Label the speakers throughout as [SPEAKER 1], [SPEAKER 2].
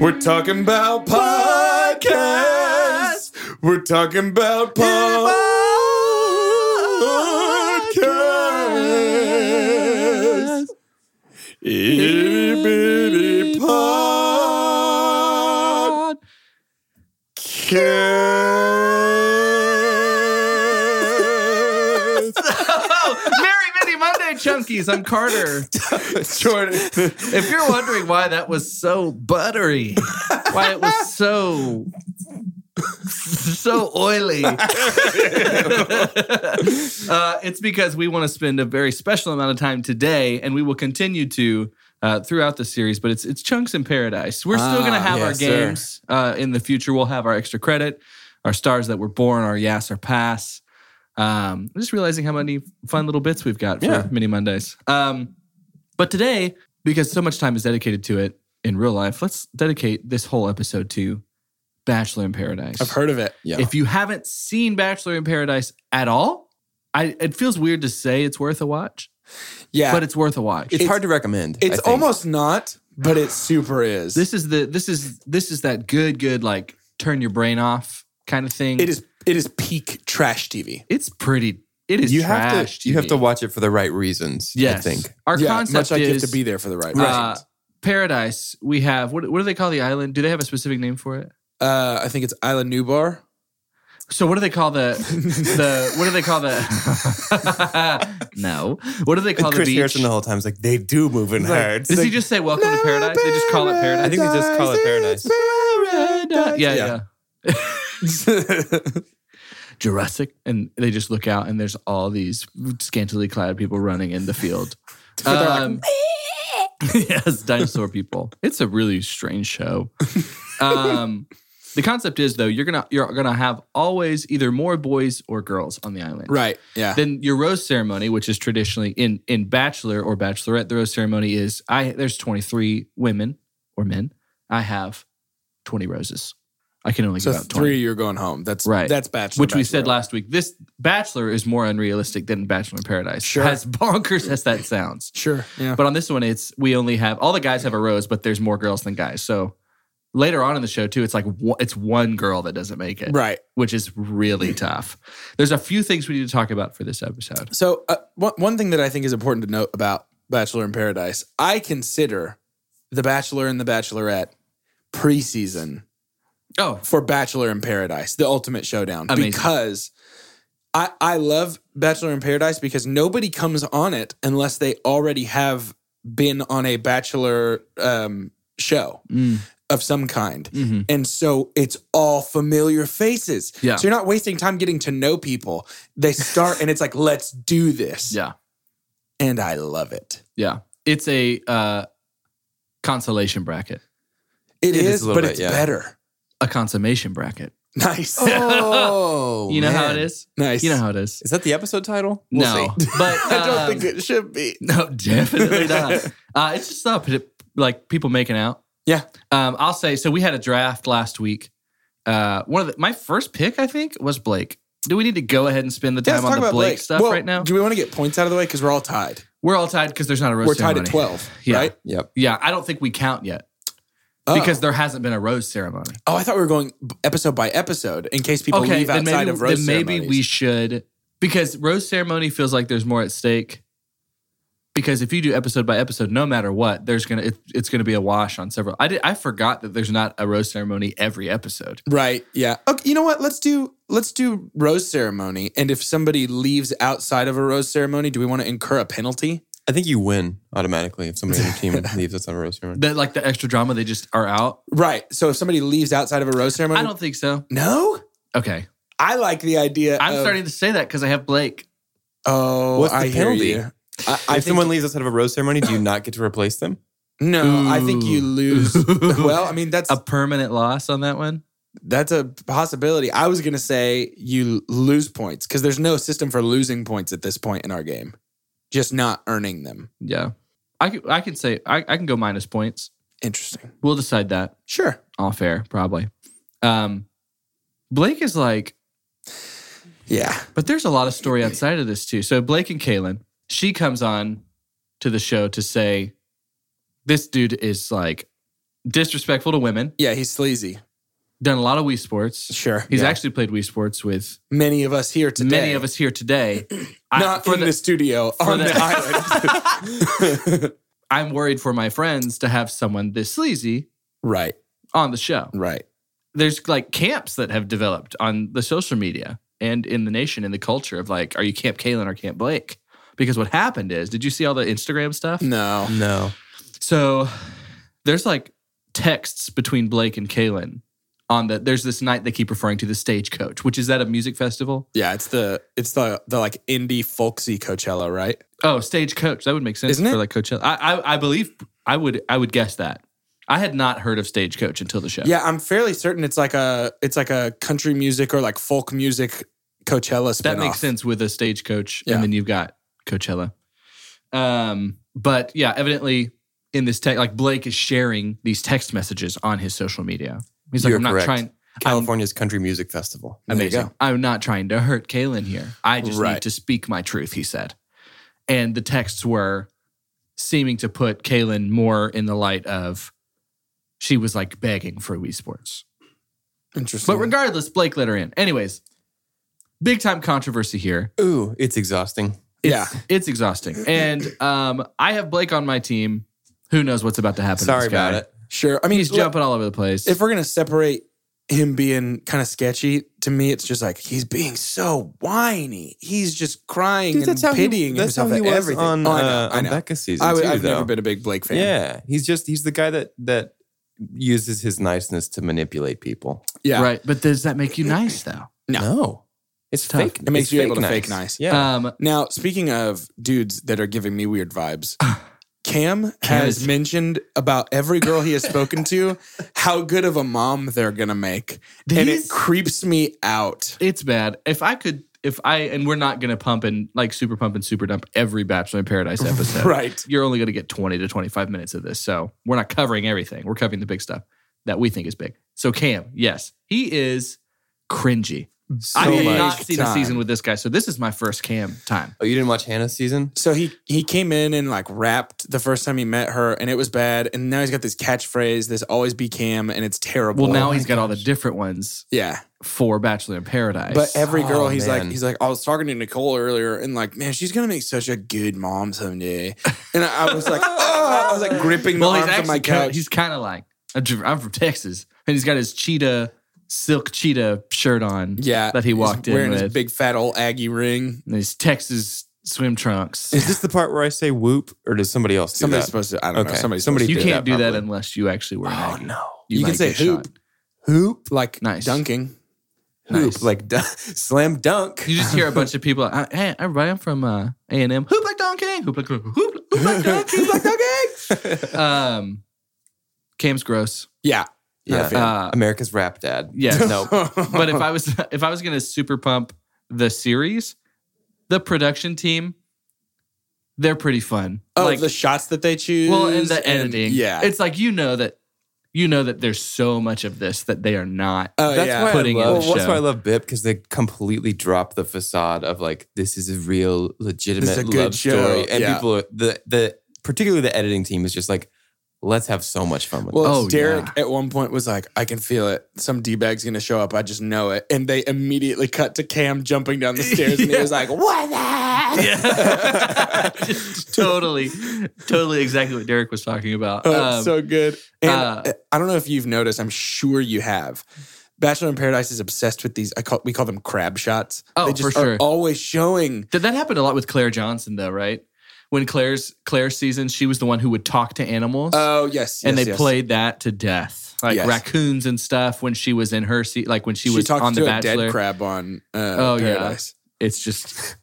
[SPEAKER 1] We're talking about podcasts. We're talking about podcasts. Itty bitty podcast.
[SPEAKER 2] Merry Mini Monday, Chunkies. I'm Carter.
[SPEAKER 1] Jordan.
[SPEAKER 2] If you're wondering why that was so buttery, why it was so so oily, uh, it's because we want to spend a very special amount of time today, and we will continue to. Uh, throughout the series, but it's it's chunks in paradise. We're still going to
[SPEAKER 1] Ah,
[SPEAKER 2] have our
[SPEAKER 1] yes, sir.
[SPEAKER 2] games uh, in the future. We'll have our extra credit, our stars that were born, our yes, our pass. Um, I'm just realizing how many fun little bits we've got for
[SPEAKER 1] Yeah.
[SPEAKER 2] Mini Mondays. Um, but today, because so much time is dedicated to it in real life, let's dedicate this whole episode to Bachelor in Paradise.
[SPEAKER 1] I've heard of it. Yeah.
[SPEAKER 2] If you haven't seen Bachelor in Paradise at all, I, it feels weird to say it's worth a watch,
[SPEAKER 3] Yeah,
[SPEAKER 2] but it's worth a watch.
[SPEAKER 3] it's, hard to recommend. I
[SPEAKER 1] It's
[SPEAKER 3] think.
[SPEAKER 1] almost not, but it super is.
[SPEAKER 2] this is the this is this is that good good like turn your brain off kind of thing.
[SPEAKER 1] it is it is peak trash TV.
[SPEAKER 2] It's pretty. It is
[SPEAKER 3] you
[SPEAKER 2] trash.
[SPEAKER 3] have to you have
[SPEAKER 2] TV.
[SPEAKER 3] to watch it for the right reasons.
[SPEAKER 2] Yes,
[SPEAKER 3] I think
[SPEAKER 2] our
[SPEAKER 1] yeah,
[SPEAKER 2] concept
[SPEAKER 1] much like you
[SPEAKER 2] is
[SPEAKER 1] have to be there for the right
[SPEAKER 2] uh,
[SPEAKER 1] reasons.
[SPEAKER 2] paradise. We have what? What do they call the island? Do they have a specific name for it?
[SPEAKER 1] Uh, I think it's Isla Nubar.
[SPEAKER 2] So what do they call the the what do they call the no? What do they call
[SPEAKER 3] and Chris
[SPEAKER 2] the beach?
[SPEAKER 3] Harrison the whole time is like they do move in hard.
[SPEAKER 2] Does he just say welcome to paradise? They just call it paradise.
[SPEAKER 3] I think they just call it paradise.
[SPEAKER 2] yeah, yeah,
[SPEAKER 3] yeah.
[SPEAKER 2] Jurassic, and they just look out, and there's all these scantily clad people running in the field. Um, yes, dinosaur people. It's a really strange show. Um, the concept is though you're gonna you're gonna have always either more boys or girls on the island,
[SPEAKER 1] right. Yeah.
[SPEAKER 2] then your rose ceremony, which is traditionally in in bachelor or bachelorette, the rose ceremony is I there's 23 women or men. I have 20 roses. I can only
[SPEAKER 1] so
[SPEAKER 2] give out 20.
[SPEAKER 1] three, you're going home. That's
[SPEAKER 2] Right.
[SPEAKER 1] That's bachelor.
[SPEAKER 2] which we said
[SPEAKER 1] Bachelorette.
[SPEAKER 2] last week. This bachelor is more unrealistic than Bachelor in Paradise.
[SPEAKER 1] Sure.
[SPEAKER 2] As bonkers as that sounds.
[SPEAKER 1] Sure. Yeah.
[SPEAKER 2] But on this one, it's we only have all the guys have a rose, but there's more girls than guys. So later on in the show too, it's like one- it's one girl that doesn't make it,
[SPEAKER 1] right.
[SPEAKER 2] which is really tough. There's a few things we need to talk about for this episode.
[SPEAKER 1] So uh, one one thing that I think is important to note about Bachelor in Paradise, I consider The Bachelor and The Bachelorette preseason
[SPEAKER 2] Oh,
[SPEAKER 1] for Bachelor in Paradise, the ultimate showdown.
[SPEAKER 2] Amazing.
[SPEAKER 1] Because I I love Bachelor in Paradise because nobody comes on it unless they already have been on a Bachelor um, show
[SPEAKER 2] Mm.
[SPEAKER 1] of some kind.
[SPEAKER 2] Mhm.
[SPEAKER 1] And so it's all familiar faces.
[SPEAKER 2] Mm-hmm. Yeah.
[SPEAKER 1] So you're not wasting time getting to know people. They start and it's like, let's do this.
[SPEAKER 2] yeah,
[SPEAKER 1] And I love it.
[SPEAKER 2] yeah. It's a uh, consolation bracket,
[SPEAKER 1] It
[SPEAKER 3] It is
[SPEAKER 1] is,
[SPEAKER 3] a little
[SPEAKER 1] but
[SPEAKER 3] bit,
[SPEAKER 1] it's
[SPEAKER 3] yeah.
[SPEAKER 1] better.
[SPEAKER 2] a consummation bracket.
[SPEAKER 1] Nice.
[SPEAKER 3] Oh,
[SPEAKER 2] you know how
[SPEAKER 3] man.
[SPEAKER 2] it is.
[SPEAKER 1] nice.
[SPEAKER 2] You know how it is.
[SPEAKER 3] Is that the episode title?
[SPEAKER 2] no, but
[SPEAKER 1] I don't
[SPEAKER 2] um,
[SPEAKER 1] think it should be.
[SPEAKER 2] No, definitely not. Uh, it's just up like people making out.
[SPEAKER 1] Yeah.
[SPEAKER 2] Um, I'll say so. We had a draft last week. Uh, one of the, my first pick, I think, was Blake. Do we need to go ahead and spend the
[SPEAKER 1] Yeah, let's
[SPEAKER 2] time on
[SPEAKER 1] talk
[SPEAKER 2] the
[SPEAKER 1] about
[SPEAKER 2] Blake, stuff
[SPEAKER 1] Well,
[SPEAKER 2] right now?
[SPEAKER 1] Do we want to get points out of the way because we're all tied?
[SPEAKER 2] We're all tied because there's not a roast
[SPEAKER 1] We're tied at
[SPEAKER 2] ceremony.
[SPEAKER 1] 12,
[SPEAKER 2] Yeah.
[SPEAKER 1] right?
[SPEAKER 3] Yep.
[SPEAKER 2] Yeah, I don't think we count yet
[SPEAKER 1] Oh.
[SPEAKER 2] because there hasn't been a rose ceremony.
[SPEAKER 1] Oh, I thought we were going b- episode by episode in case people
[SPEAKER 2] okay,
[SPEAKER 1] leave
[SPEAKER 2] then
[SPEAKER 1] outside
[SPEAKER 2] maybe,
[SPEAKER 1] of roast
[SPEAKER 2] then maybe
[SPEAKER 1] ceremonies.
[SPEAKER 2] we should because rose ceremony feels like there's more at stake. Because if you do episode by episode, no matter what, there's gonna it, it's gonna be a wash on several. I did, I forgot that there's not a rose ceremony every episode.
[SPEAKER 1] Right. Yeah. Okay. You know what? Let's do let's do rose ceremony. And if somebody leaves outside of a rose ceremony, do we want to incur a penalty?
[SPEAKER 3] I think you win automatically if somebody on your team leaves us on a roast ceremony.
[SPEAKER 2] That like the extra drama, they just are out.
[SPEAKER 1] Right. So if somebody leaves outside of a rose ceremony,
[SPEAKER 2] I don't think so.
[SPEAKER 1] no.
[SPEAKER 2] Okay,
[SPEAKER 1] I like the idea.
[SPEAKER 2] I'm
[SPEAKER 1] of-
[SPEAKER 2] starting to say that because I have Blake.
[SPEAKER 1] Oh,
[SPEAKER 3] What's the
[SPEAKER 1] I hear
[SPEAKER 3] penalty?
[SPEAKER 1] you. I, I
[SPEAKER 3] if
[SPEAKER 1] think,
[SPEAKER 3] someone leaves us out of a roast ceremony, do you not get to replace them?
[SPEAKER 1] no, I think you
[SPEAKER 2] Ooh.
[SPEAKER 1] lose. well, I mean that's
[SPEAKER 2] A permanent loss on that one.
[SPEAKER 1] that's a possibility. I was gonna say you lose points because there's no system for losing points at this point in our game, just not earning them.
[SPEAKER 2] Yeah, I can, I can say I, I can go minus points.
[SPEAKER 1] Interesting.
[SPEAKER 2] We'll decide that
[SPEAKER 1] Sure.
[SPEAKER 2] off air probably. Um, Blake is like,
[SPEAKER 1] Yeah.
[SPEAKER 2] but there's a lot of story outside of this too. So Blake and Kaylin, she comes on to the show to say, this dude is like disrespectful to women.
[SPEAKER 1] Yeah. He's sleazy.
[SPEAKER 2] Done a lot of Wii Sports.
[SPEAKER 1] Sure.
[SPEAKER 2] He's
[SPEAKER 1] Yeah.
[SPEAKER 2] actually played Wii Sports with
[SPEAKER 1] many of us here today.
[SPEAKER 2] many of us here today.
[SPEAKER 1] not in the, studio
[SPEAKER 2] for
[SPEAKER 1] on the,
[SPEAKER 2] the-
[SPEAKER 1] island.
[SPEAKER 2] I'm worried for my friends to have someone this sleazy
[SPEAKER 1] right,
[SPEAKER 2] on the show.
[SPEAKER 1] right.
[SPEAKER 2] There's like camps that have developed on the social media and in the nation in the culture of like, are you Camp Kalen or Camp Blake? Because what happened is, did you see all the Instagram stuff?
[SPEAKER 1] No.
[SPEAKER 3] No.
[SPEAKER 2] So there's like texts between Blake and Kalen on the there's this night they keep referring to the stagecoach, which is at a music festival.
[SPEAKER 1] Yeah, it's the it's the the like indie folksy Coachella, right?
[SPEAKER 2] Oh, stagecoach. That would make sense
[SPEAKER 1] Isn't it?
[SPEAKER 2] for like Coachella. I, I I believe I would I would guess that. I had not heard of stagecoach until the show.
[SPEAKER 1] Yeah, I'm fairly certain it's like a it's like a country music or like folk music Coachella spinoff.
[SPEAKER 2] that makes sense with a stagecoach,
[SPEAKER 1] Yeah.
[SPEAKER 2] and then you've got Coachella. Um, but yeah, evidently in this text, like Blake is sharing these text messages on his social media. He's like,
[SPEAKER 3] You're
[SPEAKER 2] I'm not
[SPEAKER 3] correct.
[SPEAKER 2] trying.
[SPEAKER 3] California's Country Music Festival.
[SPEAKER 1] There you
[SPEAKER 2] Amazing.
[SPEAKER 1] go.
[SPEAKER 2] I'm not trying to hurt Kalen here. I just
[SPEAKER 1] Right.
[SPEAKER 2] need to speak my truth, he said. And the texts were seeming to put Kalen more in the light of she was like begging for Wii Sports.
[SPEAKER 1] Interesting.
[SPEAKER 2] But regardless, Blake let her in. Anyways, big time controversy here.
[SPEAKER 3] Ooh, it's exhausting.
[SPEAKER 1] yeah,
[SPEAKER 2] It's exhausting. And um, I have Blake on my team. Who knows what's about to happen? to
[SPEAKER 3] Sorry
[SPEAKER 2] this guy.
[SPEAKER 3] about it.
[SPEAKER 1] sure. I mean,
[SPEAKER 2] He's
[SPEAKER 1] look,
[SPEAKER 2] jumping all over the place.
[SPEAKER 1] If we're gonna separate him being kind of sketchy, to me, it's just like he's being so whiny. He's just crying
[SPEAKER 3] Dude,
[SPEAKER 1] and pitying
[SPEAKER 3] that's
[SPEAKER 1] himself
[SPEAKER 3] how he
[SPEAKER 1] at
[SPEAKER 3] was
[SPEAKER 1] everything.
[SPEAKER 3] on,
[SPEAKER 1] Oh, I know,
[SPEAKER 3] uh,
[SPEAKER 1] I
[SPEAKER 3] on
[SPEAKER 1] know.
[SPEAKER 3] Becca's season
[SPEAKER 1] I,
[SPEAKER 3] too,
[SPEAKER 1] have
[SPEAKER 3] though.
[SPEAKER 1] never been a big Blake fan.
[SPEAKER 3] Yeah, he's just he's the guy that that uses his niceness to manipulate people.
[SPEAKER 1] yeah.
[SPEAKER 2] Right. But does that make you nice, though?
[SPEAKER 1] No.
[SPEAKER 3] it's
[SPEAKER 2] Tough.
[SPEAKER 3] fake.
[SPEAKER 1] It makes
[SPEAKER 3] it's
[SPEAKER 1] you able to fake nice.
[SPEAKER 3] Yeah,
[SPEAKER 2] Um,
[SPEAKER 1] Now, speaking of dudes that are giving me weird vibes, Cam
[SPEAKER 2] Cam
[SPEAKER 1] has
[SPEAKER 2] is-
[SPEAKER 1] mentioned about every girl he has spoken to how good of a mom they're gonna make, and
[SPEAKER 2] These-
[SPEAKER 1] it creeps me out.
[SPEAKER 2] it's bad. If I could, if I, and we're not going to pump and like super pump and super dump every Bachelor in Paradise episode.
[SPEAKER 1] Right.
[SPEAKER 2] You're only going to get 20 to 25 minutes of this. So we're not covering everything. We're covering the big stuff that we think is big. So Cam, yes, he is cringy. I
[SPEAKER 3] So
[SPEAKER 2] did
[SPEAKER 3] much
[SPEAKER 2] not see the
[SPEAKER 1] time.
[SPEAKER 2] season with this guy. So this is my first Cam time.
[SPEAKER 3] Oh, you didn't watch Hannah's season?
[SPEAKER 1] So he he came in and like rapped the first time he met her, and it was bad. And now he's got this catchphrase, this "always be Cam," and it's terrible.
[SPEAKER 2] Well, now he's got all the different ones
[SPEAKER 1] yeah.
[SPEAKER 2] for Bachelor in Paradise.
[SPEAKER 1] Oh But every
[SPEAKER 3] Oh,
[SPEAKER 1] girl, he's like,
[SPEAKER 3] man.
[SPEAKER 1] he's like, I was talking to Nicole earlier, and like, man, she's gonna make such a good mom someday. And I, I was like, oh, I was like gripping the
[SPEAKER 2] well, he's
[SPEAKER 1] arms of
[SPEAKER 2] actually
[SPEAKER 1] my
[SPEAKER 2] kinda-
[SPEAKER 1] couch.
[SPEAKER 2] he's kind of like I'm dr- I'm from Texas, and he's got his cheetah silk cheetah shirt on.
[SPEAKER 1] yeah,
[SPEAKER 2] that he
[SPEAKER 1] he's
[SPEAKER 2] walked in
[SPEAKER 1] wearing his
[SPEAKER 2] with.
[SPEAKER 1] big fat old Aggie ring.
[SPEAKER 2] and his Texas swim trunks.
[SPEAKER 3] Is this the part where I say whoop, or does somebody else do
[SPEAKER 1] Somebody's
[SPEAKER 3] that?
[SPEAKER 1] supposed to. I don't know.
[SPEAKER 3] Okay.
[SPEAKER 1] Somebody's
[SPEAKER 3] Somebody
[SPEAKER 1] supposed
[SPEAKER 2] you
[SPEAKER 3] did
[SPEAKER 2] can't
[SPEAKER 3] that
[SPEAKER 2] do that
[SPEAKER 3] probably.
[SPEAKER 2] unless you actually were an
[SPEAKER 3] Oh
[SPEAKER 2] Aggie.
[SPEAKER 3] no!
[SPEAKER 1] You can
[SPEAKER 2] might
[SPEAKER 1] say
[SPEAKER 2] get
[SPEAKER 1] hoop.
[SPEAKER 2] shot.
[SPEAKER 1] hoop like
[SPEAKER 2] Nice.
[SPEAKER 1] dunking.
[SPEAKER 3] Hoop
[SPEAKER 2] Nice.
[SPEAKER 3] like dun- slam dunk.
[SPEAKER 2] You just hear a bunch of people. "Uh, Hey, everybody! I'm from uh, A&M. Hoop like donkey. Hoop like hoop, hoop like donkey. Hoop like donkey. um, Cam's gross.
[SPEAKER 1] Yeah,
[SPEAKER 3] yeah,
[SPEAKER 1] Not a fan.
[SPEAKER 2] Uh,
[SPEAKER 3] America's rap dad.
[SPEAKER 2] Yeah,
[SPEAKER 3] no.
[SPEAKER 2] but if I was if I was gonna super pump the series, the production team, they're pretty fun.
[SPEAKER 1] oh,
[SPEAKER 2] like
[SPEAKER 1] the shots that they choose.
[SPEAKER 2] well, and the
[SPEAKER 1] and-
[SPEAKER 2] editing.
[SPEAKER 1] yeah,
[SPEAKER 2] it's like you know that you know that there's so much of this that they are not.
[SPEAKER 1] Oh
[SPEAKER 3] that's
[SPEAKER 1] yeah.
[SPEAKER 3] why
[SPEAKER 2] Putting
[SPEAKER 3] I
[SPEAKER 2] in
[SPEAKER 3] love,
[SPEAKER 2] the
[SPEAKER 3] well, that's
[SPEAKER 2] show.
[SPEAKER 3] why I love Bip because they completely drop the facade of like this is a real legitimate
[SPEAKER 1] This is a good
[SPEAKER 3] love
[SPEAKER 1] show,
[SPEAKER 3] story, and
[SPEAKER 1] yeah.
[SPEAKER 3] people are, the the particularly the editing team is just like, let's have so much fun with
[SPEAKER 1] Well,
[SPEAKER 3] this.
[SPEAKER 2] Oh,
[SPEAKER 1] Derek
[SPEAKER 2] yeah.
[SPEAKER 1] at one point was like, "I can feel it. Some d bag's gonna show up. I just know it." And they immediately cut to Cam jumping down the stairs, and he was like, "What the?" heck?"
[SPEAKER 2] Yeah. Just totally, totally exactly what Derek was talking about.
[SPEAKER 1] Oh,
[SPEAKER 2] Um,
[SPEAKER 1] so good. And
[SPEAKER 2] uh,
[SPEAKER 1] uh, I don't know if you've noticed. I'm sure you have. Bachelor in Paradise is obsessed with these. I call we call them crab shots.
[SPEAKER 2] Oh,
[SPEAKER 1] they just
[SPEAKER 2] for
[SPEAKER 1] are
[SPEAKER 2] sure.
[SPEAKER 1] always showing.
[SPEAKER 2] Did that happen a lot with Claire Johnson though, right? When Claire's Claire's season, she was the one who would talk to animals.
[SPEAKER 1] Oh yes,
[SPEAKER 2] and
[SPEAKER 1] yes,
[SPEAKER 2] they
[SPEAKER 1] yes.
[SPEAKER 2] played that to death. Like
[SPEAKER 1] Yes.
[SPEAKER 2] raccoons and stuff when she was in her seat, like when she,
[SPEAKER 1] She,
[SPEAKER 2] was
[SPEAKER 1] talked
[SPEAKER 2] on
[SPEAKER 1] to
[SPEAKER 2] the
[SPEAKER 1] a
[SPEAKER 2] Bachelor.
[SPEAKER 1] dead crab on uh,
[SPEAKER 2] Oh, yeah.
[SPEAKER 1] Paradise.
[SPEAKER 2] It's just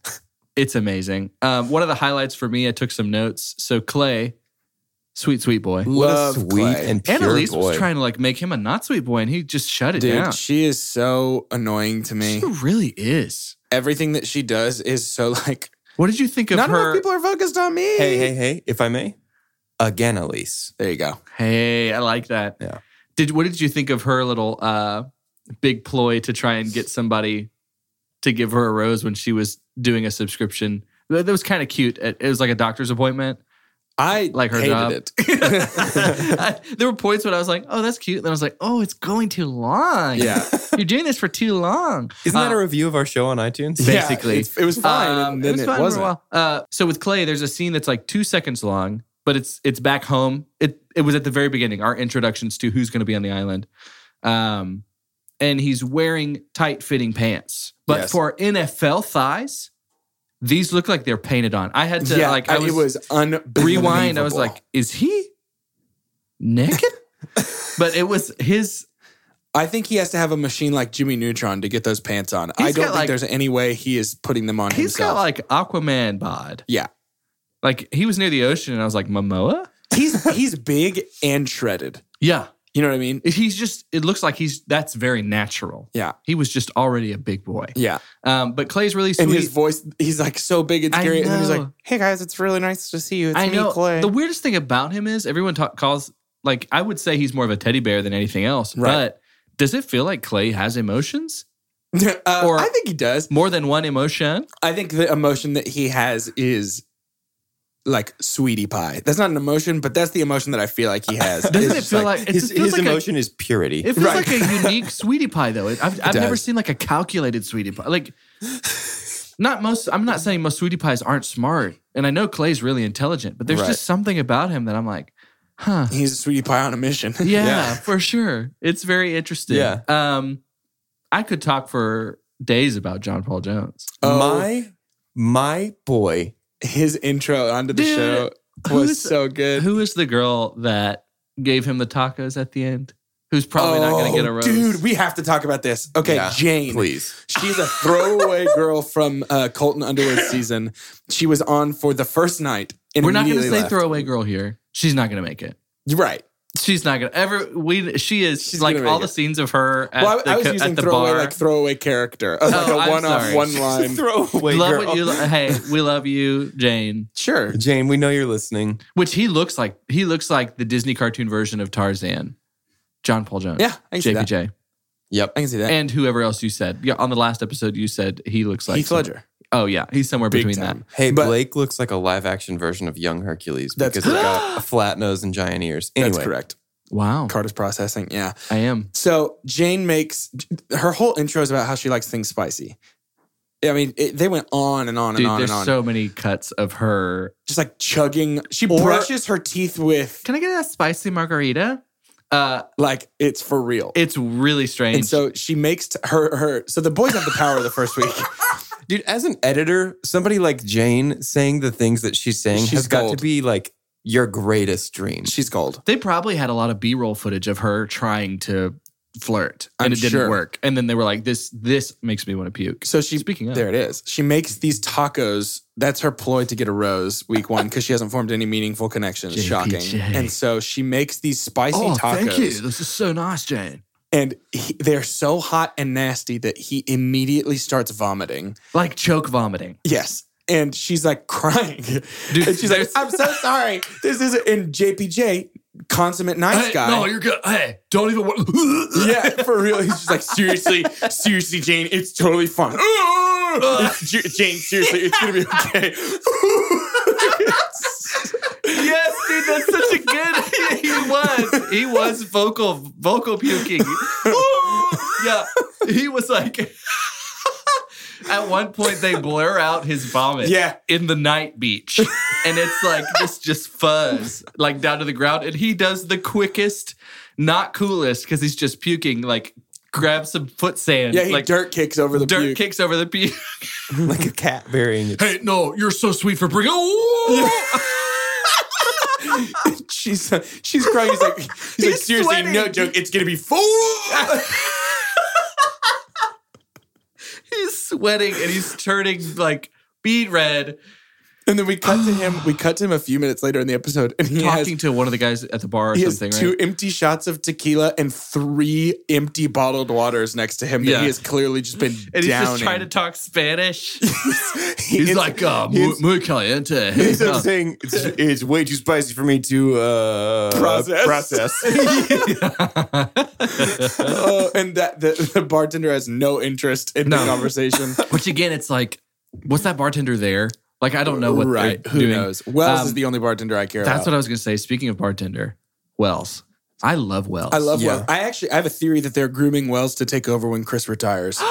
[SPEAKER 2] it's amazing. Um, one of the highlights for me, I took some notes. So Clay, sweet, sweet boy.
[SPEAKER 3] what a
[SPEAKER 1] Love
[SPEAKER 3] sweet
[SPEAKER 1] Clay.
[SPEAKER 3] and pure
[SPEAKER 2] Oh, Annalise
[SPEAKER 3] boy.
[SPEAKER 2] was trying to like make him a not sweet boy and he just shut it
[SPEAKER 1] Dude,
[SPEAKER 2] down.
[SPEAKER 1] she is so annoying to me.
[SPEAKER 2] She really is.
[SPEAKER 1] Everything that she does is so like
[SPEAKER 2] What did you think of
[SPEAKER 1] not
[SPEAKER 2] her?
[SPEAKER 1] enough people are focused on me.
[SPEAKER 3] hey, hey, hey! If I may, again, Elise.
[SPEAKER 1] There you go.
[SPEAKER 2] Hey, I like that.
[SPEAKER 3] Yeah.
[SPEAKER 2] Did what did you think of her little uh big ploy to try and get somebody to give her a rose when she was doing a subscription? That that was kind of cute. It it was like a doctor's appointment.
[SPEAKER 1] I
[SPEAKER 2] Like her
[SPEAKER 1] hated
[SPEAKER 2] job.
[SPEAKER 1] it.
[SPEAKER 2] I- there were points when I was like, "Oh, that's cute." Then I was like, "Oh, it's going too long.
[SPEAKER 1] Yeah.
[SPEAKER 2] You're doing this for too long."
[SPEAKER 3] Isn't that
[SPEAKER 2] Uh,
[SPEAKER 3] a review of our show on iTunes?
[SPEAKER 2] Yeah. Basically.
[SPEAKER 1] Yeah, it's- it was fine.
[SPEAKER 2] Um,
[SPEAKER 1] and then it,
[SPEAKER 2] was fine for a
[SPEAKER 1] wasn't.
[SPEAKER 2] while. Uh, so with Clay, there's a scene that's like two seconds long, but it's it's back home. It it was at the very beginning. Our introductions to who's going to be on the island, um, and he's wearing tight fitting pants, but
[SPEAKER 1] Yes.
[SPEAKER 2] for NFL thighs, these look like they're painted on. I had to
[SPEAKER 1] yeah,
[SPEAKER 2] uh, like I was,
[SPEAKER 1] it was unbelievable.
[SPEAKER 2] rewind. I was like, is he naked? but it was his.
[SPEAKER 1] I think he has to have a machine like Jimmy Neutron to get those pants on. I
[SPEAKER 2] He's
[SPEAKER 1] don't
[SPEAKER 2] got,
[SPEAKER 1] think
[SPEAKER 2] like-
[SPEAKER 1] there's any way he is putting them on
[SPEAKER 2] He's
[SPEAKER 1] himself.
[SPEAKER 2] got like Aquaman bod.
[SPEAKER 1] yeah,
[SPEAKER 2] Like he was near the ocean, and I was like Momoa.
[SPEAKER 1] he's he's big and shredded.
[SPEAKER 2] Yeah.
[SPEAKER 1] You know what I mean?
[SPEAKER 2] he's just it looks like he's that's very natural
[SPEAKER 1] Yeah,
[SPEAKER 2] he was just already a big boy
[SPEAKER 1] yeah.
[SPEAKER 2] um but clay's really sweet
[SPEAKER 1] And his voice, he's like so big and
[SPEAKER 2] I
[SPEAKER 1] scary. And then he's
[SPEAKER 2] know.
[SPEAKER 1] like, "Hey guys, it's really nice to see you. It's
[SPEAKER 2] i
[SPEAKER 1] me,
[SPEAKER 2] know
[SPEAKER 1] Clay."
[SPEAKER 2] the weirdest thing about him is everyone ta- calls like i would say he's more of a teddy bear than anything else
[SPEAKER 1] Right.
[SPEAKER 2] but does it feel like clay has emotions
[SPEAKER 1] Uh,
[SPEAKER 2] or-
[SPEAKER 1] I think he does.
[SPEAKER 2] more than one emotion
[SPEAKER 1] I think the emotion that he has is like sweetie pie. That's not an emotion, but that's the emotion that I feel like he has.
[SPEAKER 2] Doesn't
[SPEAKER 1] It's
[SPEAKER 2] it
[SPEAKER 1] just
[SPEAKER 2] feel
[SPEAKER 1] like-
[SPEAKER 2] like it
[SPEAKER 3] his
[SPEAKER 2] feels
[SPEAKER 3] his
[SPEAKER 2] like a-
[SPEAKER 3] emotion is purity.
[SPEAKER 2] it feels
[SPEAKER 1] Right.
[SPEAKER 2] like a unique sweetie pie though It- i've, I've never
[SPEAKER 1] does.
[SPEAKER 2] seen like a calculated sweetie pie like not most i'm not saying most sweetie pies aren't smart and i know clay's really intelligent but there's
[SPEAKER 3] Right.
[SPEAKER 2] just something about him that i'm like huh
[SPEAKER 1] he's a sweetie pie on a mission?
[SPEAKER 2] yeah, for sure. It's very interesting.
[SPEAKER 3] Yeah.
[SPEAKER 2] Um, I could talk for days about John Paul Jones.
[SPEAKER 1] Oh.
[SPEAKER 3] My my boy.
[SPEAKER 1] His intro onto the
[SPEAKER 2] Dude,
[SPEAKER 1] show was
[SPEAKER 2] who's-
[SPEAKER 1] so good.
[SPEAKER 2] Who is the girl that gave him the tacos at the end? Who's probably not going
[SPEAKER 1] Oh,
[SPEAKER 2] to get a rose?
[SPEAKER 1] Dude, we have to talk about this. Okay,
[SPEAKER 3] Yeah,
[SPEAKER 1] Jane.
[SPEAKER 3] Please.
[SPEAKER 1] She's a throwaway girl from uh, Colton Underwood's season. She was on for the first night. And
[SPEAKER 2] We're not going to
[SPEAKER 1] immediately
[SPEAKER 2] say
[SPEAKER 1] left.
[SPEAKER 2] throwaway girl here. She's not going to make it.
[SPEAKER 1] You're right.
[SPEAKER 2] She's not going to ever. We she is
[SPEAKER 1] She's
[SPEAKER 2] like
[SPEAKER 1] gonna make
[SPEAKER 2] all
[SPEAKER 1] it.
[SPEAKER 2] the scenes of her at
[SPEAKER 1] well,
[SPEAKER 2] the,
[SPEAKER 1] I, I was
[SPEAKER 2] co-
[SPEAKER 1] using
[SPEAKER 2] at the
[SPEAKER 1] throwaway
[SPEAKER 2] bar.
[SPEAKER 1] like throwaway character, uh, like
[SPEAKER 2] Oh, I'm
[SPEAKER 1] a one-off,
[SPEAKER 2] sorry.
[SPEAKER 1] one-line.
[SPEAKER 3] Throwaway
[SPEAKER 2] love
[SPEAKER 3] girl.
[SPEAKER 2] what you. Hey, we love you, Jane.
[SPEAKER 1] sure.
[SPEAKER 3] Jane, we know you're listening.
[SPEAKER 2] Which he looks like. He looks like the Disney cartoon version of Tarzan. John Paul Jones.
[SPEAKER 1] Yeah, I can see that.
[SPEAKER 2] JPJ.
[SPEAKER 3] Yep.
[SPEAKER 1] I can see that.
[SPEAKER 2] and whoever else you said. Yeah, on the last episode you said he looks like
[SPEAKER 1] Heath Ledger,
[SPEAKER 2] Oh yeah, he's somewhere
[SPEAKER 1] big
[SPEAKER 2] between
[SPEAKER 1] time.
[SPEAKER 3] Hey,
[SPEAKER 1] But-
[SPEAKER 3] Blake looks like a live action version of young Hercules
[SPEAKER 1] That's
[SPEAKER 3] because he got a flat nose and giant ears. Anyway,
[SPEAKER 1] That's correct.
[SPEAKER 2] that. Wow,
[SPEAKER 1] Carter's processing. Yeah.
[SPEAKER 2] I am.
[SPEAKER 1] So Jane makes her whole intro is about how she likes things spicy. I mean, it, they went on and on and
[SPEAKER 2] Dude,
[SPEAKER 1] on
[SPEAKER 2] there's
[SPEAKER 1] and on.
[SPEAKER 2] so many cuts of her.
[SPEAKER 1] just like chugging. She
[SPEAKER 3] Or-
[SPEAKER 1] brushes her teeth with
[SPEAKER 2] Can I get a spicy margarita? Uh,
[SPEAKER 1] like it's for real.
[SPEAKER 2] it's really strange.
[SPEAKER 1] and so she makes t- her her. So the boys have the power the first week.
[SPEAKER 3] Dude, as an editor, somebody like Jane saying the things that she's saying
[SPEAKER 1] She's
[SPEAKER 3] has got
[SPEAKER 1] gold.
[SPEAKER 3] to be like your greatest dream.
[SPEAKER 1] She's gold.
[SPEAKER 2] they probably had a lot of B-roll footage of her trying to flirt, and
[SPEAKER 1] I'm
[SPEAKER 2] it didn't
[SPEAKER 1] sure.
[SPEAKER 2] work. And then they were like, "This, this makes me want to puke."
[SPEAKER 1] So she
[SPEAKER 2] Speaking of-
[SPEAKER 1] there it is. She makes these tacos. That's her ploy to get a rose week one because she hasn't formed any meaningful connections.
[SPEAKER 2] JPJ.
[SPEAKER 1] Shocking. And so she makes these spicy tacos.
[SPEAKER 2] "Oh, This is so nice, Jane.
[SPEAKER 1] And he, they're so hot and nasty that he immediately starts vomiting.
[SPEAKER 2] Like choke vomiting.
[SPEAKER 1] Yes. And she's like crying.
[SPEAKER 2] Dude,
[SPEAKER 1] and she's like,
[SPEAKER 2] there's-
[SPEAKER 1] I'm so sorry. This is and JPJ consummate nice
[SPEAKER 2] Hey,
[SPEAKER 1] guy.
[SPEAKER 2] No, you're good. Hey, don't even. wor-
[SPEAKER 1] yeah, for real. He's just like, seriously, seriously, Jane, it's totally fine. Ju- Jane, seriously, it's gonna be okay.
[SPEAKER 2] Yes, dude, that's such a good. he was. He was vocal, vocal puking. yeah, he was like. At one point, they blur out his vomit.
[SPEAKER 1] Yeah.
[SPEAKER 2] in the night beach, and it's like this just fuzz like down to the ground, and he does the quickest, not coolest, because he's just puking. Like grabs some foot sand.
[SPEAKER 1] yeah, he
[SPEAKER 2] like
[SPEAKER 1] dirt kicks over the
[SPEAKER 2] dirt
[SPEAKER 1] puke.
[SPEAKER 2] kicks over the puke.
[SPEAKER 3] like a cat burying its
[SPEAKER 2] Hey, no, you're so sweet for bringing. Oh!
[SPEAKER 1] She's she's crying. He's like, he's like
[SPEAKER 2] He's
[SPEAKER 1] seriously,
[SPEAKER 2] sweating.
[SPEAKER 1] no joke. It's gonna be full.
[SPEAKER 2] he's sweating and he's turning like beet red
[SPEAKER 1] and then we cut to him. We cut to him a few minutes later in the episode, and he
[SPEAKER 2] talking
[SPEAKER 1] has
[SPEAKER 2] to one of the guys at the bar or
[SPEAKER 1] he has
[SPEAKER 2] something
[SPEAKER 1] two
[SPEAKER 2] right
[SPEAKER 1] empty shots of tequila and three empty bottled waters next to him that
[SPEAKER 2] Yeah.
[SPEAKER 1] he has clearly just been
[SPEAKER 2] and he's
[SPEAKER 1] downing.
[SPEAKER 2] just trying to talk spanish
[SPEAKER 1] It's-
[SPEAKER 2] he's like uh, muy,
[SPEAKER 1] it's-
[SPEAKER 2] muy caliente
[SPEAKER 3] He's not saying it's, it's way too spicy for me to uh,
[SPEAKER 1] Process.
[SPEAKER 3] process.
[SPEAKER 1] Oh, and that the, the bartender has no interest in
[SPEAKER 2] No.
[SPEAKER 1] the conversation.
[SPEAKER 2] which again it's like what's that bartender there like i don't know what
[SPEAKER 1] right?
[SPEAKER 2] they're
[SPEAKER 1] Who
[SPEAKER 2] doing.
[SPEAKER 1] knows? Wells
[SPEAKER 2] Um,
[SPEAKER 1] is the only bartender I care
[SPEAKER 2] that's
[SPEAKER 1] about.
[SPEAKER 2] what i was gonna say speaking of bartender wells i love wells
[SPEAKER 1] I love
[SPEAKER 3] Yeah.
[SPEAKER 1] Wells. I actually I have a theory that they're grooming Wells to take over when Chris retires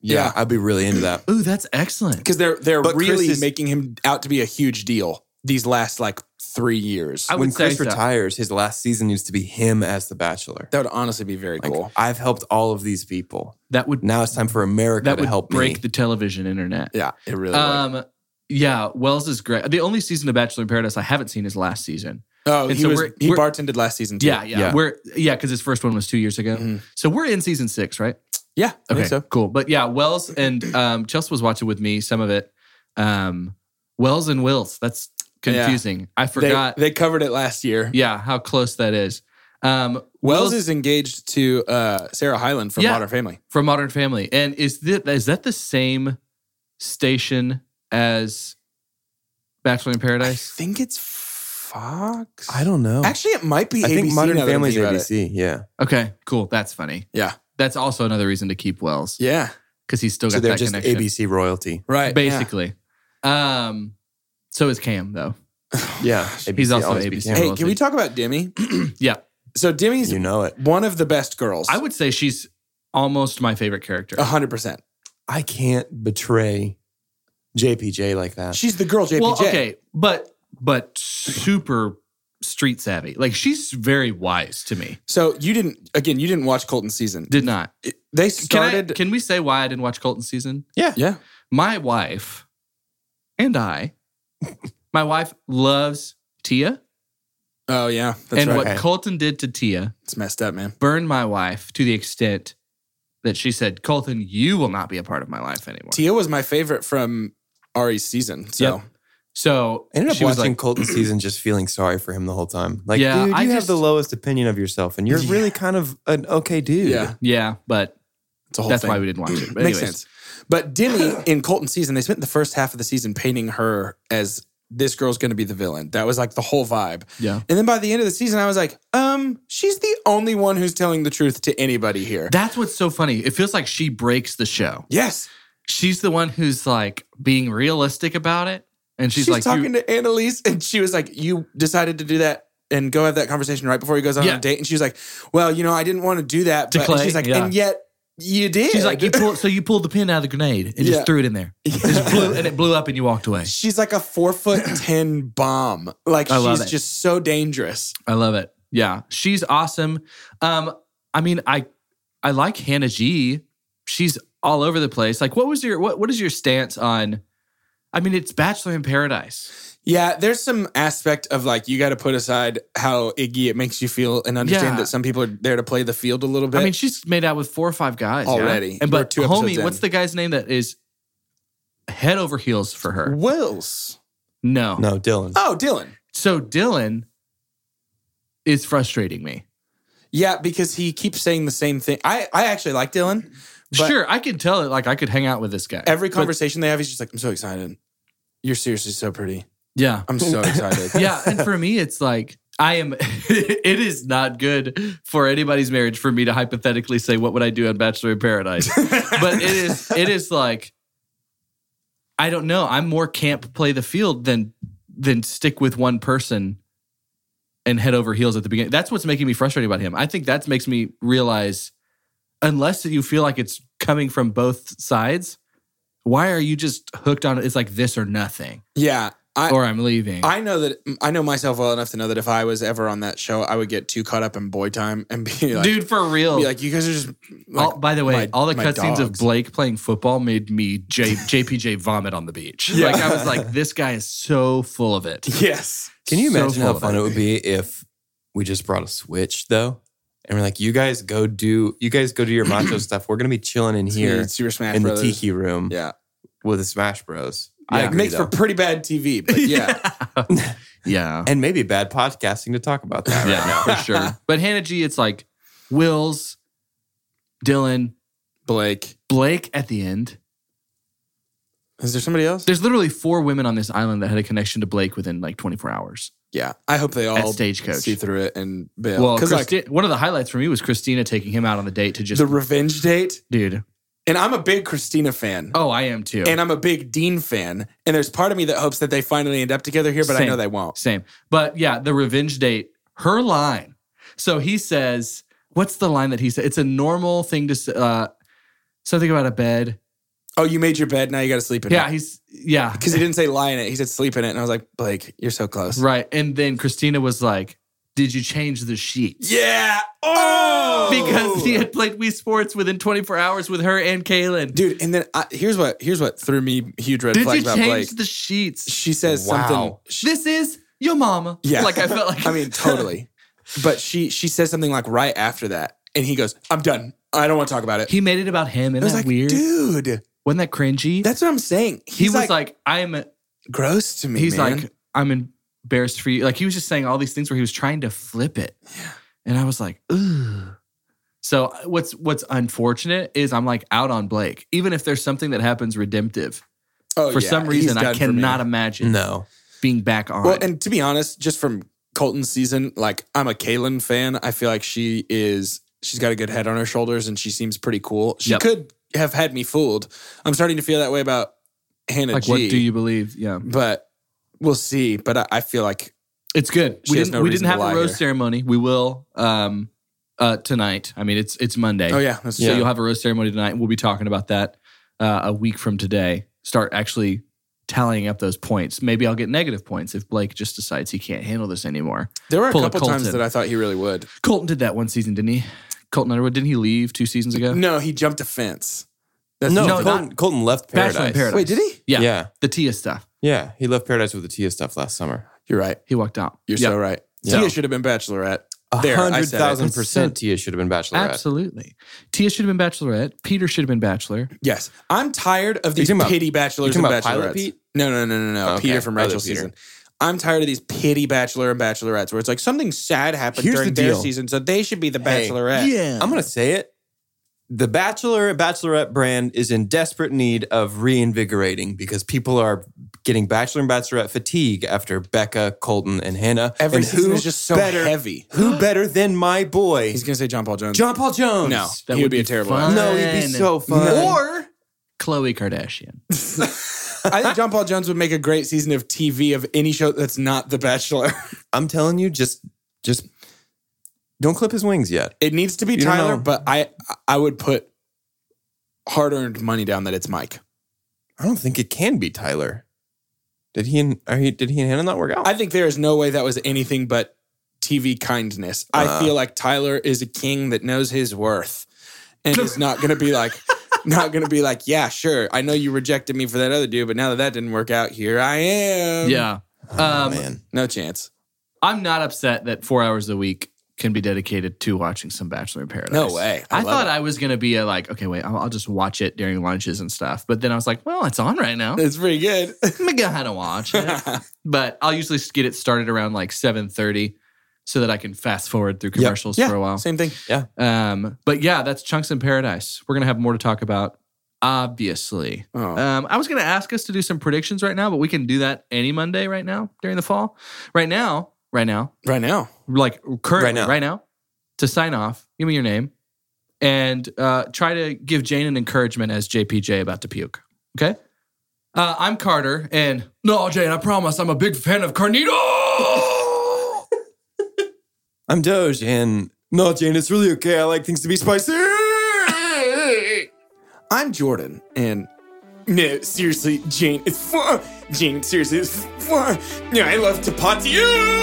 [SPEAKER 1] Yeah.
[SPEAKER 3] I'd be really into that.
[SPEAKER 2] ooh that's excellent
[SPEAKER 1] because they're they're
[SPEAKER 3] But Chris
[SPEAKER 1] really
[SPEAKER 3] is-
[SPEAKER 1] making him out to be a huge deal these last like three years.
[SPEAKER 2] I would
[SPEAKER 3] when
[SPEAKER 2] say
[SPEAKER 3] Chris
[SPEAKER 2] so.
[SPEAKER 3] retires, his last season needs to be him as the Bachelor.
[SPEAKER 1] that would honestly be very
[SPEAKER 3] Like,
[SPEAKER 1] cool.
[SPEAKER 3] I've helped all of these people.
[SPEAKER 2] that would
[SPEAKER 3] Now it's time for America
[SPEAKER 2] that
[SPEAKER 3] to
[SPEAKER 2] would
[SPEAKER 3] help
[SPEAKER 2] break
[SPEAKER 3] me.
[SPEAKER 2] the television internet
[SPEAKER 1] Yeah, it really. would.
[SPEAKER 2] um yeah wells is great the only season of bachelor in paradise i haven't seen is last season
[SPEAKER 1] Oh,
[SPEAKER 2] and
[SPEAKER 1] he
[SPEAKER 2] so
[SPEAKER 1] was
[SPEAKER 2] we're-
[SPEAKER 1] he
[SPEAKER 2] we're-
[SPEAKER 1] bartended last season too.
[SPEAKER 2] Yeah, yeah.
[SPEAKER 3] Yeah.
[SPEAKER 2] We're yeah, because his first one was two years ago.
[SPEAKER 1] Mhm.
[SPEAKER 2] So we're in season six, right?
[SPEAKER 1] yeah. I
[SPEAKER 2] Okay,
[SPEAKER 1] think so.
[SPEAKER 2] cool. But yeah, Wells and um, Chelsea was watching with me some of it. Um, Wells and Wills. That's confusing. I
[SPEAKER 1] They-
[SPEAKER 2] forgot.
[SPEAKER 1] They, covered it last year.
[SPEAKER 2] yeah, how close that is. Um,
[SPEAKER 1] Wells is engaged to uh, Sarah Hyland from
[SPEAKER 2] Yeah.
[SPEAKER 1] Modern Family.
[SPEAKER 2] from Modern Family, and is that is that the same station as Bachelor in
[SPEAKER 1] I
[SPEAKER 2] Paradise?
[SPEAKER 1] think it's Fox.
[SPEAKER 3] I don't
[SPEAKER 2] Oh.
[SPEAKER 3] know.
[SPEAKER 1] Actually, it might be.
[SPEAKER 3] I think
[SPEAKER 1] ABC
[SPEAKER 3] Modern
[SPEAKER 1] now that I'm
[SPEAKER 3] Family's
[SPEAKER 1] thinking about it.
[SPEAKER 3] ABC. Yeah.
[SPEAKER 2] Okay, cool. That's funny.
[SPEAKER 1] Yeah.
[SPEAKER 2] That's also another reason to keep Wells
[SPEAKER 1] Yeah.
[SPEAKER 2] because he's still
[SPEAKER 3] So
[SPEAKER 2] got
[SPEAKER 3] they're
[SPEAKER 2] that
[SPEAKER 3] just
[SPEAKER 2] connection.
[SPEAKER 3] ABC royalty.
[SPEAKER 1] Right.
[SPEAKER 2] basically. Um, so is Cam though.
[SPEAKER 3] Yeah.
[SPEAKER 2] He's also
[SPEAKER 3] always
[SPEAKER 2] ABC.
[SPEAKER 3] became-
[SPEAKER 1] Hey,
[SPEAKER 2] Royalty.
[SPEAKER 1] can we talk about Demi?
[SPEAKER 2] Yeah,
[SPEAKER 1] so Demi's
[SPEAKER 3] You know it.
[SPEAKER 1] one of the best girls.
[SPEAKER 2] I would say she's almost my favorite character.
[SPEAKER 1] hundred percent.
[SPEAKER 3] I can't betray JPJ like that.
[SPEAKER 1] She's the girl JPJ.
[SPEAKER 2] Well, okay, but but super street savvy. Like she's very wise to me.
[SPEAKER 1] So you didn't again. You didn't watch Colton's season.
[SPEAKER 2] Did not.
[SPEAKER 1] It- They
[SPEAKER 2] Can, I-
[SPEAKER 1] started.
[SPEAKER 2] can we say why I didn't watch Colton season?
[SPEAKER 1] yeah.
[SPEAKER 2] My wife and I, my wife loves Tia,
[SPEAKER 1] Oh yeah. That's
[SPEAKER 2] and
[SPEAKER 1] right.
[SPEAKER 2] what Colton did to Tia
[SPEAKER 1] It's messed up, man.
[SPEAKER 2] burned my wife to the extent that she said, "Colton, you will not be a part of my life anymore."
[SPEAKER 1] Tia was my favorite from Ari's season. So
[SPEAKER 2] Yep. So
[SPEAKER 3] I ended up
[SPEAKER 2] she was
[SPEAKER 3] watching
[SPEAKER 2] like,
[SPEAKER 3] Colton season just feeling sorry for him the whole time. Like,
[SPEAKER 2] Yeah,
[SPEAKER 3] dude, you
[SPEAKER 2] I
[SPEAKER 3] have
[SPEAKER 2] just-
[SPEAKER 3] the lowest opinion of yourself, and you're
[SPEAKER 1] Yeah.
[SPEAKER 3] really kind of an okay dude.
[SPEAKER 1] Yeah.
[SPEAKER 2] yeah, but
[SPEAKER 1] it's a whole
[SPEAKER 2] that's
[SPEAKER 1] thing.
[SPEAKER 2] why we didn't watch it. But
[SPEAKER 1] Makes
[SPEAKER 2] anyways,
[SPEAKER 1] sense. But Demi in Colton's season, they spent the first half of the season painting her as this girl's going to be the villain. That was like the whole vibe.
[SPEAKER 2] Yeah.
[SPEAKER 1] And then by the end of the season, I was like, um, she's the only one who's telling the truth to anybody here.
[SPEAKER 2] That's what's so funny. It feels like she breaks the show.
[SPEAKER 1] yes.
[SPEAKER 2] She's the one who's like being realistic about it. And she's,
[SPEAKER 1] She's,
[SPEAKER 2] like,
[SPEAKER 1] talking
[SPEAKER 2] you,
[SPEAKER 1] to Annalise, and she was like, You decided to do that and go have that conversation right before he goes on
[SPEAKER 2] Yeah.
[SPEAKER 1] a date. And she was like, Well, you know, I didn't want to do that.
[SPEAKER 2] To
[SPEAKER 1] But and
[SPEAKER 2] Clay,
[SPEAKER 1] she's like,
[SPEAKER 2] yeah.
[SPEAKER 1] And yet you did.
[SPEAKER 2] she's like, you pull, so you pulled the pin out of the grenade and
[SPEAKER 1] Yeah.
[SPEAKER 2] just threw it in there. Just blew, and it blew up and you walked away.
[SPEAKER 1] She's like a four foot ten bomb. Like
[SPEAKER 2] I love
[SPEAKER 1] she's
[SPEAKER 2] it.
[SPEAKER 1] just so dangerous.
[SPEAKER 2] I love it. Yeah. She's awesome. Um, I mean, I I like Hannah G. She's all over the place. Like, what was your what what is your stance on I mean, it's Bachelor in Paradise.
[SPEAKER 1] Yeah, there's some aspect of like you got to put aside how Iggy it makes you feel and understand
[SPEAKER 2] Yeah.
[SPEAKER 1] that some people are there to play the field a little bit.
[SPEAKER 2] I mean, she's made out with four or five guys yeah?
[SPEAKER 1] Already.
[SPEAKER 2] And
[SPEAKER 1] We're
[SPEAKER 2] but
[SPEAKER 1] two episodes
[SPEAKER 2] homie,
[SPEAKER 1] in.
[SPEAKER 2] what's the guy's name that is head over heels for her?
[SPEAKER 1] Wills.
[SPEAKER 2] No.
[SPEAKER 3] No, Dylan.
[SPEAKER 1] Oh, Dylan.
[SPEAKER 2] So Dylan is frustrating me.
[SPEAKER 1] Yeah, because he keeps saying the same thing. I I actually like Dylan. But
[SPEAKER 2] sure, I can tell it. Like I could hang out with this guy.
[SPEAKER 1] Every
[SPEAKER 2] But-
[SPEAKER 1] conversation they have, he's just like, "I'm so excited. You're seriously so pretty.
[SPEAKER 2] yeah,
[SPEAKER 1] I'm so excited."
[SPEAKER 2] yeah. And for me, it's like I am. it is not good for anybody's marriage for me to hypothetically say what would I do on Bachelor in Paradise, but it is. It is like I don't know. I'm more camp play the field than than stick with one person and head over heels at the beginning. That's what's making me frustrated about him. I think that makes me realize unless you feel like it's coming from both sides, why are you just hooked on it? It's like this or nothing,
[SPEAKER 1] Yeah. I,
[SPEAKER 2] or I'm leaving.
[SPEAKER 1] I know that I know myself well enough to know that if I was ever on that show, I would get too caught up in boy time and be like,
[SPEAKER 2] Dude, for real.
[SPEAKER 1] be like you guys are just. Like,
[SPEAKER 2] all, by the way,
[SPEAKER 1] my-
[SPEAKER 2] all the
[SPEAKER 1] my
[SPEAKER 2] cutscenes of
[SPEAKER 1] dogs.
[SPEAKER 2] Blake playing football made me J- JPJ vomit on the beach. Like I was like, this guy is so full of it.
[SPEAKER 1] yes.
[SPEAKER 3] Can you
[SPEAKER 2] So
[SPEAKER 3] imagine how
[SPEAKER 2] full of
[SPEAKER 3] fun it would be if we just brought a Switch though, and we're like, "You guys go do, you guys go do your macho stuff. We're gonna be chilling in here
[SPEAKER 1] Super Smash
[SPEAKER 3] in
[SPEAKER 1] Brothers.
[SPEAKER 3] the tiki room
[SPEAKER 1] Yeah.
[SPEAKER 3] with the Smash Bros." I
[SPEAKER 1] yeah.
[SPEAKER 3] agree,
[SPEAKER 1] Makes for
[SPEAKER 3] though.
[SPEAKER 1] pretty bad TV, but yeah.
[SPEAKER 2] Yeah.
[SPEAKER 3] and maybe bad podcasting to talk about that. Right
[SPEAKER 2] Yeah,
[SPEAKER 3] now.
[SPEAKER 2] for sure. But Hannah G, it's like Wills, Dylan,
[SPEAKER 1] Blake.
[SPEAKER 2] Blake at the end.
[SPEAKER 1] Is there somebody else?
[SPEAKER 2] There's literally four women on this island that had a connection to Blake within like 24 hours.
[SPEAKER 1] Yeah. I hope they
[SPEAKER 2] At
[SPEAKER 1] all
[SPEAKER 2] Stagecoach.
[SPEAKER 1] Oh, see through it and bail.
[SPEAKER 2] Well,
[SPEAKER 1] because like
[SPEAKER 2] Christi- one of the highlights for me was Christina taking him out on the date to just
[SPEAKER 1] the revenge date,
[SPEAKER 2] dude.
[SPEAKER 1] and I'm a big Christina fan.
[SPEAKER 2] Oh, I am too.
[SPEAKER 1] And I'm a big Dean fan, and there's part of me that hopes that they finally end up together here, but I
[SPEAKER 2] Same.
[SPEAKER 1] know they won't.
[SPEAKER 2] Same. But yeah, the revenge date, her line. So he says, what's the line that he said? It's a normal thing to say. Uh, something about a bed.
[SPEAKER 1] Oh, you made your bed, now you got to sleep in
[SPEAKER 2] Yeah,
[SPEAKER 1] it.
[SPEAKER 2] he's, yeah.
[SPEAKER 1] Because he didn't say lie in it, he said sleep in it, and I was like, Blake, you're so close.
[SPEAKER 2] Right. And then Christina was like, did you change the sheets?
[SPEAKER 1] Yeah. Oh,
[SPEAKER 2] Because he had played Wii Sports within 24 hours with her and Kaylin.
[SPEAKER 1] dude. And then I, here's what here's what threw me huge red
[SPEAKER 2] Did
[SPEAKER 1] flags
[SPEAKER 2] you
[SPEAKER 1] about
[SPEAKER 2] change
[SPEAKER 1] Blake.
[SPEAKER 2] the sheets?
[SPEAKER 1] she says something.
[SPEAKER 3] Wow.
[SPEAKER 1] she-
[SPEAKER 2] This is your mama.
[SPEAKER 1] Yeah.
[SPEAKER 2] Like I felt like
[SPEAKER 1] I mean, totally. but she she says something like right after that, and he goes, "I'm done. I don't want to talk about it."
[SPEAKER 2] he made it about him.
[SPEAKER 1] I
[SPEAKER 2] Isn't
[SPEAKER 1] was
[SPEAKER 2] that
[SPEAKER 1] like,
[SPEAKER 2] weird?
[SPEAKER 1] dude,
[SPEAKER 2] Wasn't that cringy?
[SPEAKER 1] that's what I'm saying. He's
[SPEAKER 2] he was
[SPEAKER 1] like,
[SPEAKER 2] like, I'm
[SPEAKER 1] gross to me.
[SPEAKER 2] he's
[SPEAKER 1] man.
[SPEAKER 2] like, I'm embarrassed for you. Like he was just saying all these things where he was trying to flip it. And I was like, ooh. So what's what's unfortunate is I'm like out on Blake. Even if there's something that happens redemptive,
[SPEAKER 1] oh,
[SPEAKER 2] for
[SPEAKER 1] yeah,
[SPEAKER 2] some
[SPEAKER 1] he's
[SPEAKER 2] reason I
[SPEAKER 1] done for me.
[SPEAKER 2] cannot imagine
[SPEAKER 3] No,
[SPEAKER 2] being back on.
[SPEAKER 1] Well, and to be honest, just from Colton's season, like I'm a Kaylin fan. I feel like she is she's got a good head on her shoulders and she seems pretty cool. She
[SPEAKER 2] Yep.
[SPEAKER 1] could have had me fooled. I'm starting to feel that way about Hannah
[SPEAKER 2] like
[SPEAKER 1] G.
[SPEAKER 2] what do you believe? Yeah,
[SPEAKER 1] but we'll see. But I, I feel like
[SPEAKER 2] it's good.
[SPEAKER 1] She
[SPEAKER 2] we
[SPEAKER 1] has
[SPEAKER 2] didn't
[SPEAKER 1] no
[SPEAKER 2] we
[SPEAKER 1] reason
[SPEAKER 2] didn't have
[SPEAKER 1] to
[SPEAKER 2] a
[SPEAKER 1] lie
[SPEAKER 2] rose
[SPEAKER 1] here.
[SPEAKER 2] ceremony. We will um uh tonight. I mean it's it's Monday.
[SPEAKER 1] oh yeah, that's
[SPEAKER 2] So
[SPEAKER 1] true.
[SPEAKER 2] you'll have a rose ceremony tonight. and We'll be talking about that uh, a week from today. Start actually tallying up those points. Maybe I'll get negative points if Blake just decides he can't handle this anymore.
[SPEAKER 1] There were a
[SPEAKER 2] pull a
[SPEAKER 1] couple times
[SPEAKER 2] Colton.
[SPEAKER 1] that I thought he really would.
[SPEAKER 2] Colton did that one season, didn't he? Colton Underwood, didn't he leave two seasons ago?
[SPEAKER 1] No, he jumped a fence.
[SPEAKER 3] no.
[SPEAKER 2] no,
[SPEAKER 3] Colton, Colton left Paradise.
[SPEAKER 2] Bachelor in Paradise.
[SPEAKER 1] Wait, did he?
[SPEAKER 2] Yeah.
[SPEAKER 3] Yeah,
[SPEAKER 2] The Tia stuff.
[SPEAKER 3] yeah. He left Paradise with the Tia stuff last summer.
[SPEAKER 1] You're right.
[SPEAKER 2] He walked out.
[SPEAKER 1] You're
[SPEAKER 2] Yeah.
[SPEAKER 1] so right.
[SPEAKER 3] Yeah.
[SPEAKER 1] Tia should have been bachelorette.
[SPEAKER 3] A
[SPEAKER 1] There, I
[SPEAKER 3] hundred
[SPEAKER 1] said it.
[SPEAKER 3] thousand
[SPEAKER 2] That's
[SPEAKER 3] percent.
[SPEAKER 2] so-
[SPEAKER 3] Tia should have been Bachelorette.
[SPEAKER 2] Absolutely. Tia should have been Bachelorette. Peter should have been Bachelor.
[SPEAKER 1] Yes, I'm tired of these
[SPEAKER 3] talking about-
[SPEAKER 1] pity bachelors
[SPEAKER 3] you
[SPEAKER 1] and
[SPEAKER 3] talking
[SPEAKER 1] bachelorettes.
[SPEAKER 3] about Pilot Pete? Oh,
[SPEAKER 1] No, no, no, no, no.
[SPEAKER 3] Okay,
[SPEAKER 1] Peter from
[SPEAKER 3] other
[SPEAKER 1] Rachel's
[SPEAKER 3] Peter.
[SPEAKER 1] season. I'm tired of these pity bachelor and bachelorettes where it's like something sad happened
[SPEAKER 3] Here's
[SPEAKER 1] during
[SPEAKER 3] the
[SPEAKER 1] their
[SPEAKER 3] deal.
[SPEAKER 1] season, so they should be the
[SPEAKER 3] Hey.
[SPEAKER 1] bachelorette.
[SPEAKER 3] I'm gonna say it. The Bachelor Bachelorette brand is in desperate need of reinvigorating because people are getting Bachelor and Bachelorette fatigue after Becca, Colton, and Hannah.
[SPEAKER 1] Every
[SPEAKER 3] and
[SPEAKER 1] season
[SPEAKER 3] who
[SPEAKER 1] is just so
[SPEAKER 3] better,
[SPEAKER 1] heavy.
[SPEAKER 3] Who better than my boy,
[SPEAKER 1] He's gonna say John Paul Jones.
[SPEAKER 3] John Paul Jones?
[SPEAKER 1] no,
[SPEAKER 2] That
[SPEAKER 1] he
[SPEAKER 2] would
[SPEAKER 1] would be,
[SPEAKER 2] be
[SPEAKER 1] a terrible.
[SPEAKER 2] fun.
[SPEAKER 1] actor.
[SPEAKER 3] no, he'd be so fun.
[SPEAKER 2] Or Chloe Kardashian.
[SPEAKER 1] I think John Paul Jones would make a great season of TV of any show that's not The Bachelor.
[SPEAKER 3] I'm telling you, just just don't clip his wings yet.
[SPEAKER 1] It needs to be
[SPEAKER 3] You don't
[SPEAKER 1] Tyler,
[SPEAKER 3] know.
[SPEAKER 1] but I I would put hard earned money down that it's Mike.
[SPEAKER 3] I don't think it can be Tyler. Did he and are he did he and Hannah not work out?
[SPEAKER 1] I think there is no way that was anything but TV kindness. I
[SPEAKER 3] Uh.
[SPEAKER 1] feel like Tyler is a king that knows his worth and is not going to be like, not going to be like, yeah, sure. I know you rejected me for that other dude, but now that that didn't work out, here I am.
[SPEAKER 2] Yeah.
[SPEAKER 3] oh,
[SPEAKER 2] Um,
[SPEAKER 3] man.
[SPEAKER 1] No chance.
[SPEAKER 2] I'm not upset that four hours a week can be dedicated to watching some Bachelor in Paradise.
[SPEAKER 1] No way. I
[SPEAKER 2] I,
[SPEAKER 1] love
[SPEAKER 2] thought
[SPEAKER 1] it.
[SPEAKER 2] I was gonna be a, like, okay, wait, I'll, I'll just watch it during lunches and stuff. But then I was like, well, it's on right now.
[SPEAKER 1] It's pretty good.
[SPEAKER 2] I'm gonna go ahead and watch it. but I'll usually s- get it started around like 7:30, so that I can fast forward through commercials
[SPEAKER 1] yeah,
[SPEAKER 2] for a while.
[SPEAKER 1] Same thing.
[SPEAKER 2] Um, but yeah, that's Chunks in Paradise. We're gonna have more to talk about, obviously.
[SPEAKER 1] Oh.
[SPEAKER 2] Um, I was going to ask us to do some predictions right now, but we can do that any Monday right now during the fall. Right now, right now,
[SPEAKER 1] right now.
[SPEAKER 2] like currently, right
[SPEAKER 3] Right
[SPEAKER 2] now,
[SPEAKER 3] now.
[SPEAKER 2] to sign off. Give me your name and uh, try to give Jane an encouragement as JPJ about to puke. Okay. Uh, I'm Carter, and no, Jane, I promise I'm a big fan of Carnito.
[SPEAKER 3] I'm Doge, and no, Jane, it's really okay. I like things to be spicy.
[SPEAKER 1] I'm Jordan, and no, seriously, Jane, it's fun. Jane, seriously, it's fun. Yeah, I love to pot you.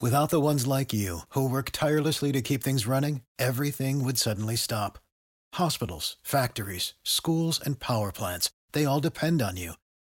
[SPEAKER 4] Without the ones like you, who work tirelessly to keep things running, everything would suddenly stop. Hospitals, factories, schools, and power plants, they all depend on you.